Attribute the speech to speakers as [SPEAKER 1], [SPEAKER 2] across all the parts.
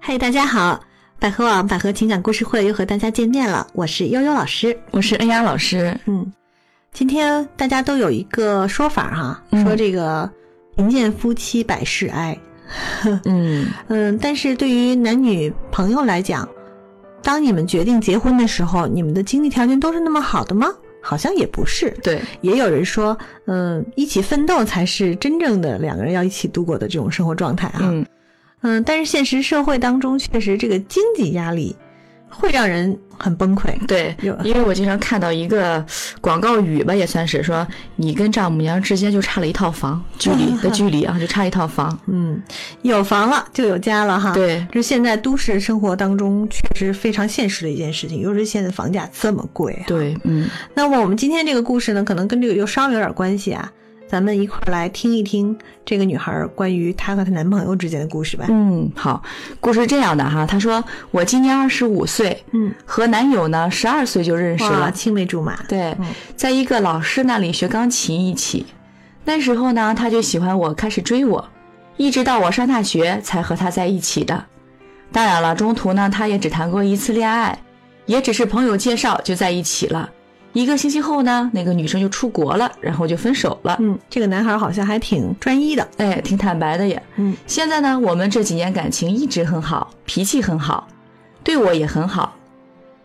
[SPEAKER 1] 嗨，大家好！百合网百合情感故事会又和大家见面了，我是悠悠老师。
[SPEAKER 2] 我是恩雅老师。
[SPEAKER 1] 嗯，今天大家都有一个说法哈、
[SPEAKER 2] 嗯
[SPEAKER 1] 说这个贫贱夫妻百事哀。
[SPEAKER 2] 嗯
[SPEAKER 1] 嗯，但是对于男女朋友来讲，当你们决定结婚的时候，你们的经济条件都是那么好的吗？好像也不是，。
[SPEAKER 2] 对，
[SPEAKER 1] 也有人说，嗯，一起奋斗才是真正的两个人要一起度过的这种生活状态啊。
[SPEAKER 2] 嗯
[SPEAKER 1] 嗯，但是现实社会当中，确实这个经济压力会让人很崩溃。
[SPEAKER 2] 对
[SPEAKER 1] 有，
[SPEAKER 2] 因为我经常看到一个广告语吧，也算是说你跟丈母娘之间就差了一套房距离的距离啊，就差一套房。
[SPEAKER 1] 嗯，有房了就有家了哈。，
[SPEAKER 2] 对，
[SPEAKER 1] 这是现在都市生活当中确实非常现实的一件事情，尤其是现在房价这么贵、啊。，
[SPEAKER 2] 对，嗯
[SPEAKER 1] 那么我们今天这个故事呢，可能跟这个又稍微有点关系啊。咱们一块儿来听一听这个女孩儿关于她和她男朋友之间的故事吧。
[SPEAKER 2] 嗯，好，故事是这样的哈，她说我今年二十五岁，
[SPEAKER 1] 嗯，
[SPEAKER 2] 和男友呢十二岁就认识
[SPEAKER 1] 哇，
[SPEAKER 2] 了，
[SPEAKER 1] 青梅竹马。
[SPEAKER 2] 对
[SPEAKER 1] 嗯，
[SPEAKER 2] 在一个老师那里学钢琴一起。那时候呢，他就喜欢我，开始追我，一直到我上大学才和他在一起的。当然了，中途呢，他也只谈过一次恋爱，也只是朋友介绍就在一起了。一个星期后呢，那个女生就出国了，然后就分手了。
[SPEAKER 1] 嗯，这个男孩儿好像还挺专一的。
[SPEAKER 2] 哎，挺坦白的也。
[SPEAKER 1] 嗯
[SPEAKER 2] 现在呢，我们这几年感情一直很好，脾气很好，对我也很好。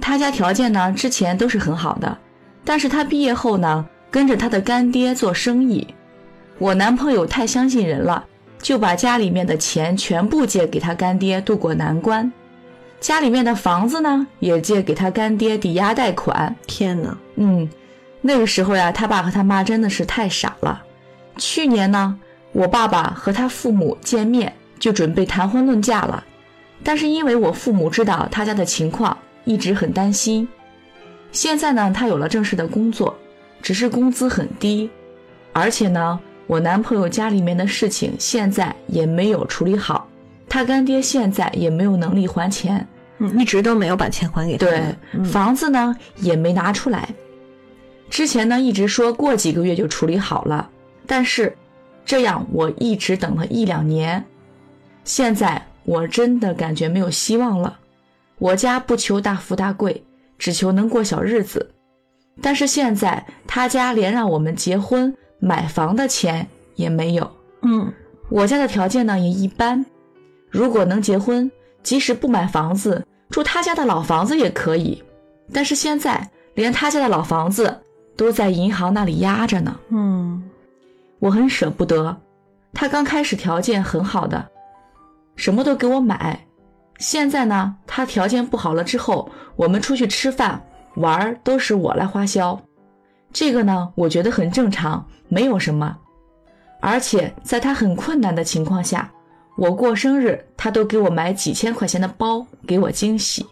[SPEAKER 2] 他家条件呢，之前都是很好的，但是他毕业后呢，跟着他的干爹做生意。我男朋友太相信人了，就把家里面的钱全部借给他干爹渡过难关，家里面的房子呢也借给他干爹抵押贷款。
[SPEAKER 1] 天哪，
[SPEAKER 2] 嗯，那个时候呀，他爸和他妈真的是太傻了。去年呢，我爸爸和他父母见面，就准备谈婚论嫁了。但是因为我父母知道他家的情况，一直很担心。现在呢，他有了正式的工作，只是工资很低，而且呢，我男朋友家里面的事情现在也没有处理好，他干爹现在也没有能力还钱。
[SPEAKER 1] 嗯，一直都没有把钱还给他
[SPEAKER 2] 对
[SPEAKER 1] 们。，嗯
[SPEAKER 2] 房子呢也没拿出来。之前呢一直说过几个月就处理好了，但是这样我一直等了一两年，现在我真的感觉没有希望了。我家不求大富大贵，只求能过小日子。但是现在他家连让我们结婚买房的钱也没有，
[SPEAKER 1] 嗯
[SPEAKER 2] 我家的条件呢也一般，如果能结婚，即使不买房子，住他家的老房子也可以。但是现在连他家的老房子都在银行那里压着呢，
[SPEAKER 1] 嗯
[SPEAKER 2] 我很舍不得。他刚开始条件很好的，什么都给我买，现在呢，他条件不好了之后，我们出去吃饭玩儿都是我来花销，这个呢，我觉得很正常，没有什么。而且在他很困难的情况下，我过生日他都给我买几千块钱的包给我惊喜，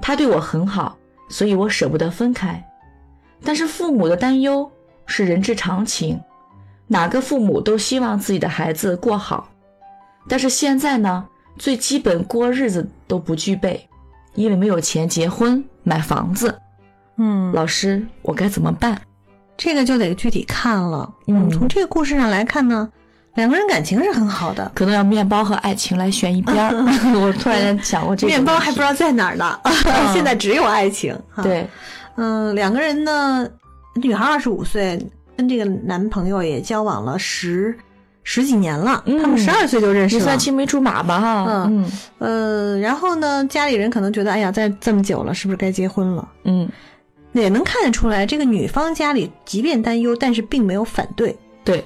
[SPEAKER 2] 他对我很好，所以我舍不得分开。但是父母的担忧是人之常情，哪个父母都希望自己的孩子过好，但是现在呢，最基本过日子都不具备，因为没有钱结婚买房子。
[SPEAKER 1] 嗯，
[SPEAKER 2] 老师，我该怎么办？
[SPEAKER 1] 这个就得具体看了。
[SPEAKER 2] 嗯
[SPEAKER 1] 从这个故事上来看呢，两个人感情是很好的，
[SPEAKER 2] 可能要面包和爱情来选一边 儿。 我突然间想过这个
[SPEAKER 1] 面包
[SPEAKER 2] 问题
[SPEAKER 1] 还不知道在哪儿呢， 现在只有爱情。哈，
[SPEAKER 2] 对，
[SPEAKER 1] 嗯，两个人呢，女孩二十五岁，跟这个男朋友也交往了十十几年了，
[SPEAKER 2] 嗯
[SPEAKER 1] 他们十二岁就认识
[SPEAKER 2] 也
[SPEAKER 1] 了。
[SPEAKER 2] 算青梅竹马吧哈。
[SPEAKER 1] 嗯
[SPEAKER 2] 嗯
[SPEAKER 1] 呃，然后呢，家里人可能觉得，哎呀，在这么久了，是不是该结婚了？
[SPEAKER 2] 嗯，
[SPEAKER 1] 也能看得出来，这个女方家里即便担忧，但是并没有反对，
[SPEAKER 2] 对，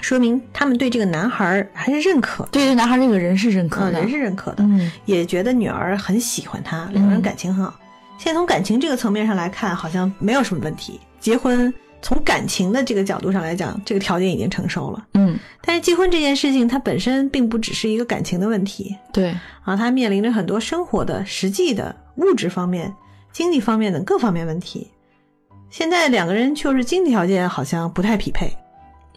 [SPEAKER 1] 说明他们对这个男孩儿还是认可，
[SPEAKER 2] 对于男孩这个人是认可
[SPEAKER 1] 嗯，
[SPEAKER 2] 的
[SPEAKER 1] 人。是认可的，
[SPEAKER 2] 嗯
[SPEAKER 1] 也觉得女儿很喜欢他，两个人感情很好。现在从感情这个层面上来看，好像没有什么问题。结婚从感情的这个角度上来讲，这个条件已经成熟了。
[SPEAKER 2] 嗯，
[SPEAKER 1] 但是结婚这件事情，它本身并不只是一个感情的问题
[SPEAKER 2] 对，
[SPEAKER 1] 啊，它面临着很多生活的、实际的、物质方面、经济方面等各方面问题。现在两个人就是经济条件好像不太匹配，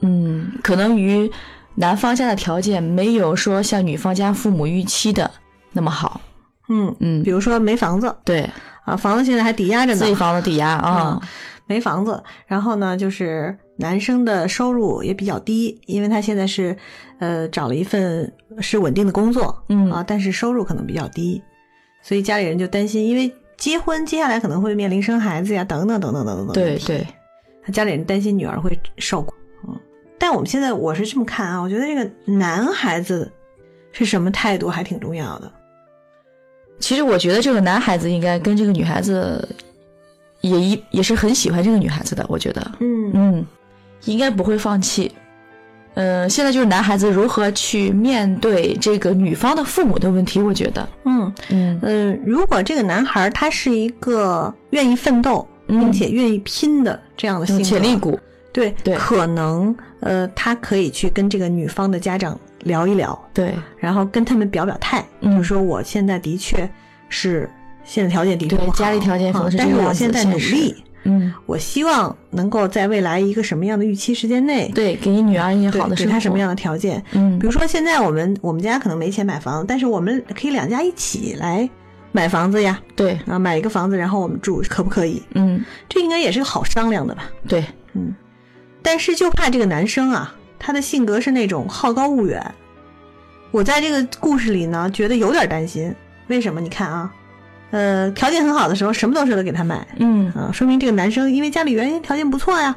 [SPEAKER 2] 嗯，可能于男方家的条件没有说像女方家父母预期的那么好。
[SPEAKER 1] 嗯，
[SPEAKER 2] 嗯
[SPEAKER 1] 比，如说没房子
[SPEAKER 2] 对，
[SPEAKER 1] 啊，房子现在还抵押着呢
[SPEAKER 2] 自己，房子抵押啊
[SPEAKER 1] 嗯。没房子，然后呢，就是男生的收入也比较低，因为他现在是，呃，找了一份是稳定的工作，
[SPEAKER 2] 嗯
[SPEAKER 1] 啊，但是收入可能比较低，所以家里人就担心，因为结婚接下来可能会面临生孩子呀，等等等等等等等。
[SPEAKER 2] 对，对，
[SPEAKER 1] 他家里人担心女儿会受苦。嗯，但我们现在我是这么看啊，我觉得这个男孩子是什么态度还挺重要的。
[SPEAKER 2] 其实我觉得这个男孩子应该跟这个女孩子也一也是很喜欢这个女孩子的，我觉得，
[SPEAKER 1] 嗯
[SPEAKER 2] 嗯，应该不会放弃。呃，现在就是男孩子如何去面对这个女方的父母的问题，我觉得，
[SPEAKER 1] 嗯
[SPEAKER 2] 嗯
[SPEAKER 1] 呃，如果这个男孩他是一个愿意奋斗，并且愿意拼的这样的性
[SPEAKER 2] 嗯有
[SPEAKER 1] 格，
[SPEAKER 2] 呃潜力股，
[SPEAKER 1] 对
[SPEAKER 2] 对
[SPEAKER 1] 可能呃，他可以去跟这个女方的家长聊一聊，
[SPEAKER 2] 对
[SPEAKER 1] 然后跟他们表表态，
[SPEAKER 2] 嗯
[SPEAKER 1] 就说我现在的确是现在条件的确
[SPEAKER 2] 对
[SPEAKER 1] 不好
[SPEAKER 2] 家里条件可能是
[SPEAKER 1] 啊但
[SPEAKER 2] 这
[SPEAKER 1] 是
[SPEAKER 2] 个
[SPEAKER 1] 我
[SPEAKER 2] 样子
[SPEAKER 1] 现在努
[SPEAKER 2] 现实
[SPEAKER 1] 力，
[SPEAKER 2] 嗯，
[SPEAKER 1] 我希望能够在未来一个什么样的预期时间内，
[SPEAKER 2] 对，给你女儿一些
[SPEAKER 1] 对
[SPEAKER 2] 好的
[SPEAKER 1] 给
[SPEAKER 2] 生活，
[SPEAKER 1] 他什么？样的条件。
[SPEAKER 2] 嗯
[SPEAKER 1] 比，如说现在我们我们家可能没钱买房，但是我们可以两家一起来买房子呀，
[SPEAKER 2] 对，
[SPEAKER 1] 啊，买一个房子，然后我们住，可不可以？
[SPEAKER 2] 嗯，
[SPEAKER 1] 这应该也是个好商量的吧。
[SPEAKER 2] 对，
[SPEAKER 1] 嗯，但是就怕这个男生啊，他的性格是那种好高骛远。我在这个故事里呢，觉得有点担心。为什么？你看啊，呃，条件很好的时候，什么都舍得给他买
[SPEAKER 2] 嗯，
[SPEAKER 1] 啊，说明这个男生因为家里原因条件不错呀，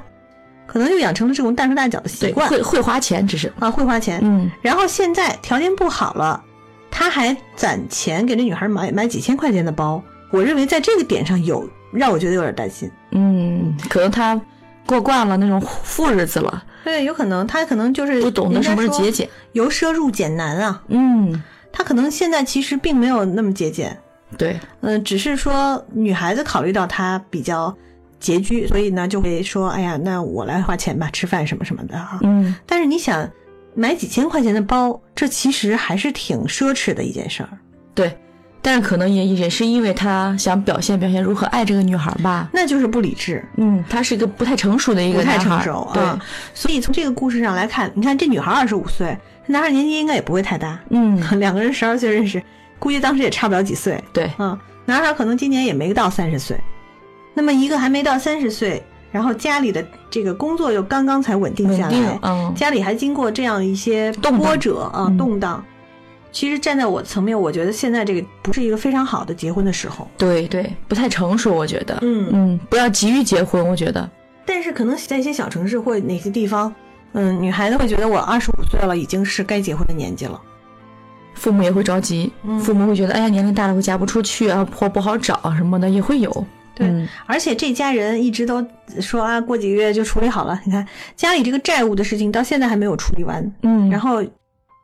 [SPEAKER 1] 可能就养成了这种大手大脚的习
[SPEAKER 2] 对，
[SPEAKER 1] 惯
[SPEAKER 2] 会会花钱，只是，
[SPEAKER 1] 啊，会花钱。
[SPEAKER 2] 嗯，
[SPEAKER 1] 然后现在条件不好了，他还攒钱给这女孩买买几千块钱的包。我认为在这个点上有让我觉得有点担心。
[SPEAKER 2] 嗯，可能他过惯了那种富日子了，
[SPEAKER 1] 对，有可能他可能就是
[SPEAKER 2] 不懂得什么是节俭。
[SPEAKER 1] 由奢入俭难啊，
[SPEAKER 2] 嗯，
[SPEAKER 1] 他可能现在其实并没有那么节俭，
[SPEAKER 2] 对，
[SPEAKER 1] 嗯、只是说女孩子考虑到他比较拮据，所以呢就会说，哎呀，那我来花钱吧，吃饭什么什么的啊。
[SPEAKER 2] 嗯，
[SPEAKER 1] 但是你想，买几千块钱的包，这其实还是挺奢侈的一件事儿，
[SPEAKER 2] 对，但是可能也也是因为他想表现表现如何爱这个女孩吧。
[SPEAKER 1] 那就是不理智。
[SPEAKER 2] 嗯，他是一个不太成熟的一个
[SPEAKER 1] 不太
[SPEAKER 2] 男孩
[SPEAKER 1] 成
[SPEAKER 2] 儿
[SPEAKER 1] 熟
[SPEAKER 2] 对，
[SPEAKER 1] 啊，所以从这个故事上来看，你看这女孩二十五岁，这男孩年纪应该也不会太大，
[SPEAKER 2] 嗯，
[SPEAKER 1] 两个人十二岁认识，估计当时也差不了几岁，
[SPEAKER 2] 对，
[SPEAKER 1] 嗯，男孩可能今年也没到三十岁，那么一个还没到三十岁，然后家里的这个工作又刚刚才稳定下
[SPEAKER 2] 稳定
[SPEAKER 1] 来，，
[SPEAKER 2] 嗯，
[SPEAKER 1] 家里还经过这样一些
[SPEAKER 2] 动荡
[SPEAKER 1] 波折啊
[SPEAKER 2] 嗯
[SPEAKER 1] 动荡。其实站在我层面，我觉得现在这个不是一个非常好的结婚的时候。
[SPEAKER 2] 对对，不太成熟，我觉得。
[SPEAKER 1] 嗯
[SPEAKER 2] 嗯，不要急于结婚，我觉得。
[SPEAKER 1] 但是可能在一些小城市或哪些地方，嗯，女孩子会觉得我二十五岁了，已经是该结婚的年纪了。
[SPEAKER 2] 父母也会着急，
[SPEAKER 1] 嗯
[SPEAKER 2] 父母会觉得，哎呀，年龄大了会嫁不出去啊，或不好找啊什么的，也会有。
[SPEAKER 1] 对
[SPEAKER 2] 嗯
[SPEAKER 1] 而且这家人一直都说啊，过几个月就处理好了。你看家里这个债务的事情到现在还没有处理完，
[SPEAKER 2] 嗯，
[SPEAKER 1] 然后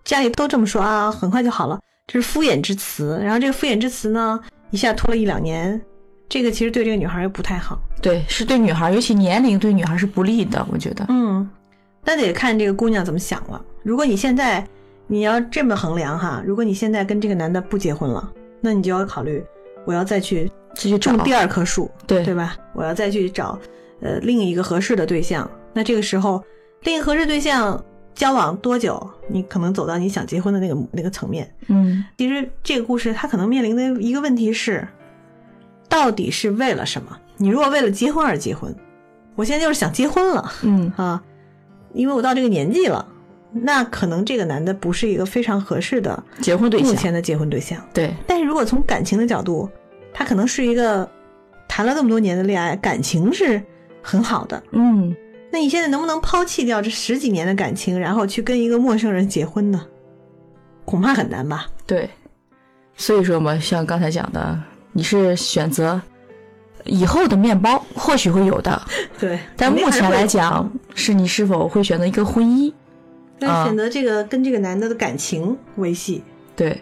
[SPEAKER 1] 家里都这么说啊，很快就好了，这是敷衍之词。然后这个敷衍之词呢，一下拖了一两年，这个其实对这个女孩儿又不太好。
[SPEAKER 2] 对，是对女孩儿，尤其年龄对女孩儿是不利的，我觉得。
[SPEAKER 1] 嗯，那得看这个姑娘怎么想了。如果你现在你要这么衡量哈，如果你现在跟这个男的不结婚了，那你就要考虑，我要再去
[SPEAKER 2] 继续找
[SPEAKER 1] 种，第二棵树，
[SPEAKER 2] 对
[SPEAKER 1] 对吧？我要再去找呃另一个合适的对象。那这个时候，另一个合适对象交往多久，你可能走到你想结婚的那个那个层面。
[SPEAKER 2] 嗯，
[SPEAKER 1] 其实这个故事他可能面临的一个问题是，到底是为了什么？你如果为了结婚而结婚，我现在就是想结婚了
[SPEAKER 2] 嗯，
[SPEAKER 1] 啊，因为我到这个年纪了，那可能这个男的不是一个非常合适的
[SPEAKER 2] 结婚对
[SPEAKER 1] 目
[SPEAKER 2] 象，
[SPEAKER 1] 前的结婚对象。
[SPEAKER 2] 对，
[SPEAKER 1] 但是如果从感情的角度，他可能是一个谈了这么多年的恋爱，感情是很好的。
[SPEAKER 2] 嗯，
[SPEAKER 1] 那你现在能不能抛弃掉这十几年的感情，然后去跟一个陌生人结婚呢？恐怕很难吧。
[SPEAKER 2] 对。所以说嘛，像刚才讲的，你是选择以后的面包，或许会有的，
[SPEAKER 1] 对，
[SPEAKER 2] 但目前来
[SPEAKER 1] 讲。
[SPEAKER 2] 讲，是你是否会选择一个婚姻？
[SPEAKER 1] 要
[SPEAKER 2] 啊
[SPEAKER 1] 选择这个跟这个男的的感情维系。
[SPEAKER 2] 对，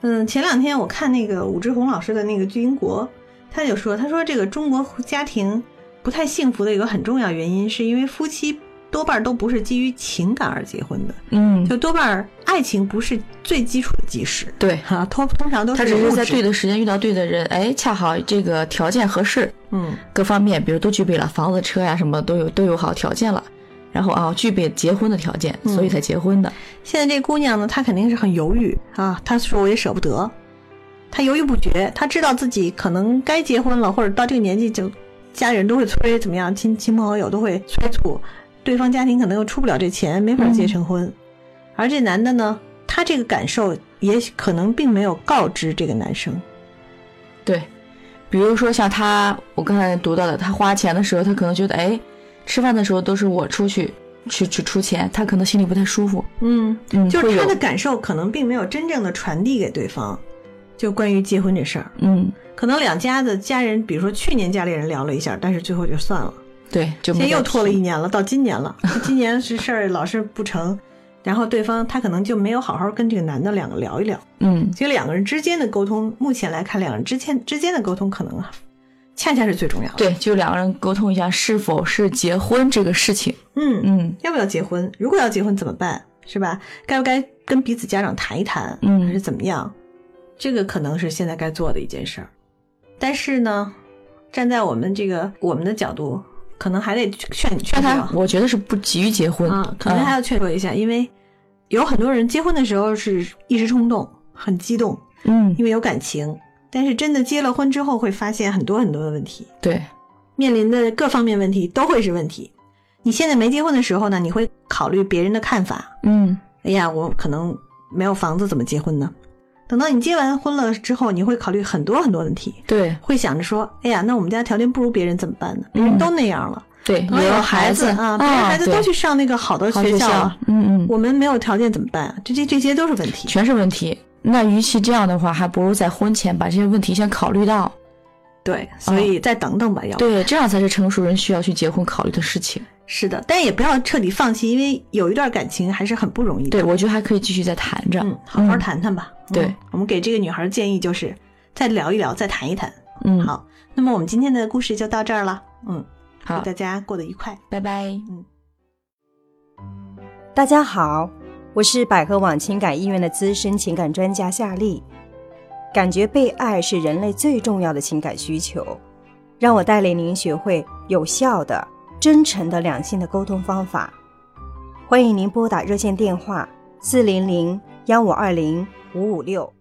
[SPEAKER 1] 嗯，前两天我看那个武志红老师的那个《巨婴国》，他就说，他说这个中国家庭不太幸福的一个很重要原因，是因为夫妻多半都不是基于情感而结婚的，
[SPEAKER 2] 嗯，
[SPEAKER 1] 就多半儿爱情不是最基础的基石。
[SPEAKER 2] 对。
[SPEAKER 1] 哈、通通常都是
[SPEAKER 2] 他只
[SPEAKER 1] 物
[SPEAKER 2] 是
[SPEAKER 1] 质
[SPEAKER 2] 在对的时间遇到对的人，哎，恰好这个条件合适，
[SPEAKER 1] 嗯，
[SPEAKER 2] 各方面，比如都具备了，房子、车呀、什么都有都有好条件了，然后啊，具备结婚的条件，所
[SPEAKER 1] 嗯
[SPEAKER 2] 以才结婚的。
[SPEAKER 1] 现在这姑娘呢，她肯定是很犹豫啊。她说我也舍不得，她犹豫不决。她知道自己可能该结婚了，或者到这个年纪就家人都会催，怎么样，亲亲朋好友都会催促，对方家庭可能又出不了这钱，没法结成婚。而这男的呢，他这个感受也许可能并没有告知这个男生。
[SPEAKER 2] 对，比如说像他，我刚才读到的，他花钱的时候，他可能觉得，哎，吃饭的时候都是我出去去去出钱，他可能心里不太舒服。
[SPEAKER 1] 嗯，
[SPEAKER 2] 嗯，
[SPEAKER 1] 就
[SPEAKER 2] 会
[SPEAKER 1] 是他
[SPEAKER 2] 有
[SPEAKER 1] 的感受可能并没有真正的传递给对方，就关于结婚这事儿。
[SPEAKER 2] 嗯，
[SPEAKER 1] 可能两家的家人，比如说去年家里人聊了一下，但是最后就算了。
[SPEAKER 2] 对，就
[SPEAKER 1] 现在
[SPEAKER 2] 没
[SPEAKER 1] 又
[SPEAKER 2] 再
[SPEAKER 1] 拖了
[SPEAKER 2] 提
[SPEAKER 1] 一年了，到今 年了，今年是事儿老是不成，然后对方他可能就没有好好跟这个男的两个聊一聊，
[SPEAKER 2] 嗯，
[SPEAKER 1] 所以两个人之间的沟通，目前来看，两个人之间之间的沟通可能啊，恰恰是最重要的。，
[SPEAKER 2] 对，就两个人沟通一下是否是结婚这个事情。
[SPEAKER 1] 嗯，
[SPEAKER 2] 嗯
[SPEAKER 1] 要不要结婚？如果要结婚怎么办？是吧？该不该跟彼此家长谈一谈？还是
[SPEAKER 2] 嗯
[SPEAKER 1] 怎么样？这个可能是现在该做的一件事儿。但是呢，站在我们这个我们的角度，可能还得劝劝
[SPEAKER 2] 但
[SPEAKER 1] 对
[SPEAKER 2] 他
[SPEAKER 1] 方
[SPEAKER 2] 我觉得是不急于结婚。
[SPEAKER 1] 啊，可能还要劝说一下，因为有很多人结婚的时候是一时冲动，很激动，
[SPEAKER 2] 嗯，
[SPEAKER 1] 因为有感情。但是真的结了婚之后，会发现很多很多的问题，
[SPEAKER 2] 对，
[SPEAKER 1] 面临的各方面问题都会是问题。你现在没结婚的时候呢，你会考虑别人的看法。
[SPEAKER 2] 嗯
[SPEAKER 1] 哎呀，我可能没有房子，怎么结婚呢？等到你结完婚了之后，你会考虑很多很多问题，
[SPEAKER 2] 对
[SPEAKER 1] 会想着说，哎呀，那我们家条件不如别人怎么办呢？别人
[SPEAKER 2] 嗯哦
[SPEAKER 1] 都那样了，
[SPEAKER 2] 对，
[SPEAKER 1] 可能有
[SPEAKER 2] 有
[SPEAKER 1] 孩
[SPEAKER 2] 子
[SPEAKER 1] 啊，别人孩子都
[SPEAKER 2] 对
[SPEAKER 1] 去上那个好的
[SPEAKER 2] 好
[SPEAKER 1] 学校啊了，
[SPEAKER 2] 嗯嗯，
[SPEAKER 1] 我们没有条件怎么办啊？这这这些都是问题。
[SPEAKER 2] 全是问题。那与其这样的话，还不如在婚前把这些问题先考虑到，
[SPEAKER 1] 对，所以再等等吧，要
[SPEAKER 2] 嗯对，这样才是成熟人需要去结婚考虑的事情。
[SPEAKER 1] 是的，但也不要彻底放弃，因为有一段感情还是很不容易的。
[SPEAKER 2] 对，，我觉得还可以继续再谈着。
[SPEAKER 1] 嗯，好好谈谈吧。嗯
[SPEAKER 2] 对
[SPEAKER 1] 我们给这个女孩建议就是再聊一聊，再谈一谈。
[SPEAKER 2] 嗯，，
[SPEAKER 1] 好，那么我们今天的故事就到这儿了。嗯，祝
[SPEAKER 2] 好，
[SPEAKER 1] 大家过得愉快。
[SPEAKER 2] 拜拜。
[SPEAKER 3] 大家好，我是百合网情感医院的资深情感专家夏丽。感觉被爱是人类最重要的情感需求，让我带领您学会有效的、真诚的两性的沟通方法。欢迎您拨打热线电话四零零幺五二零五五六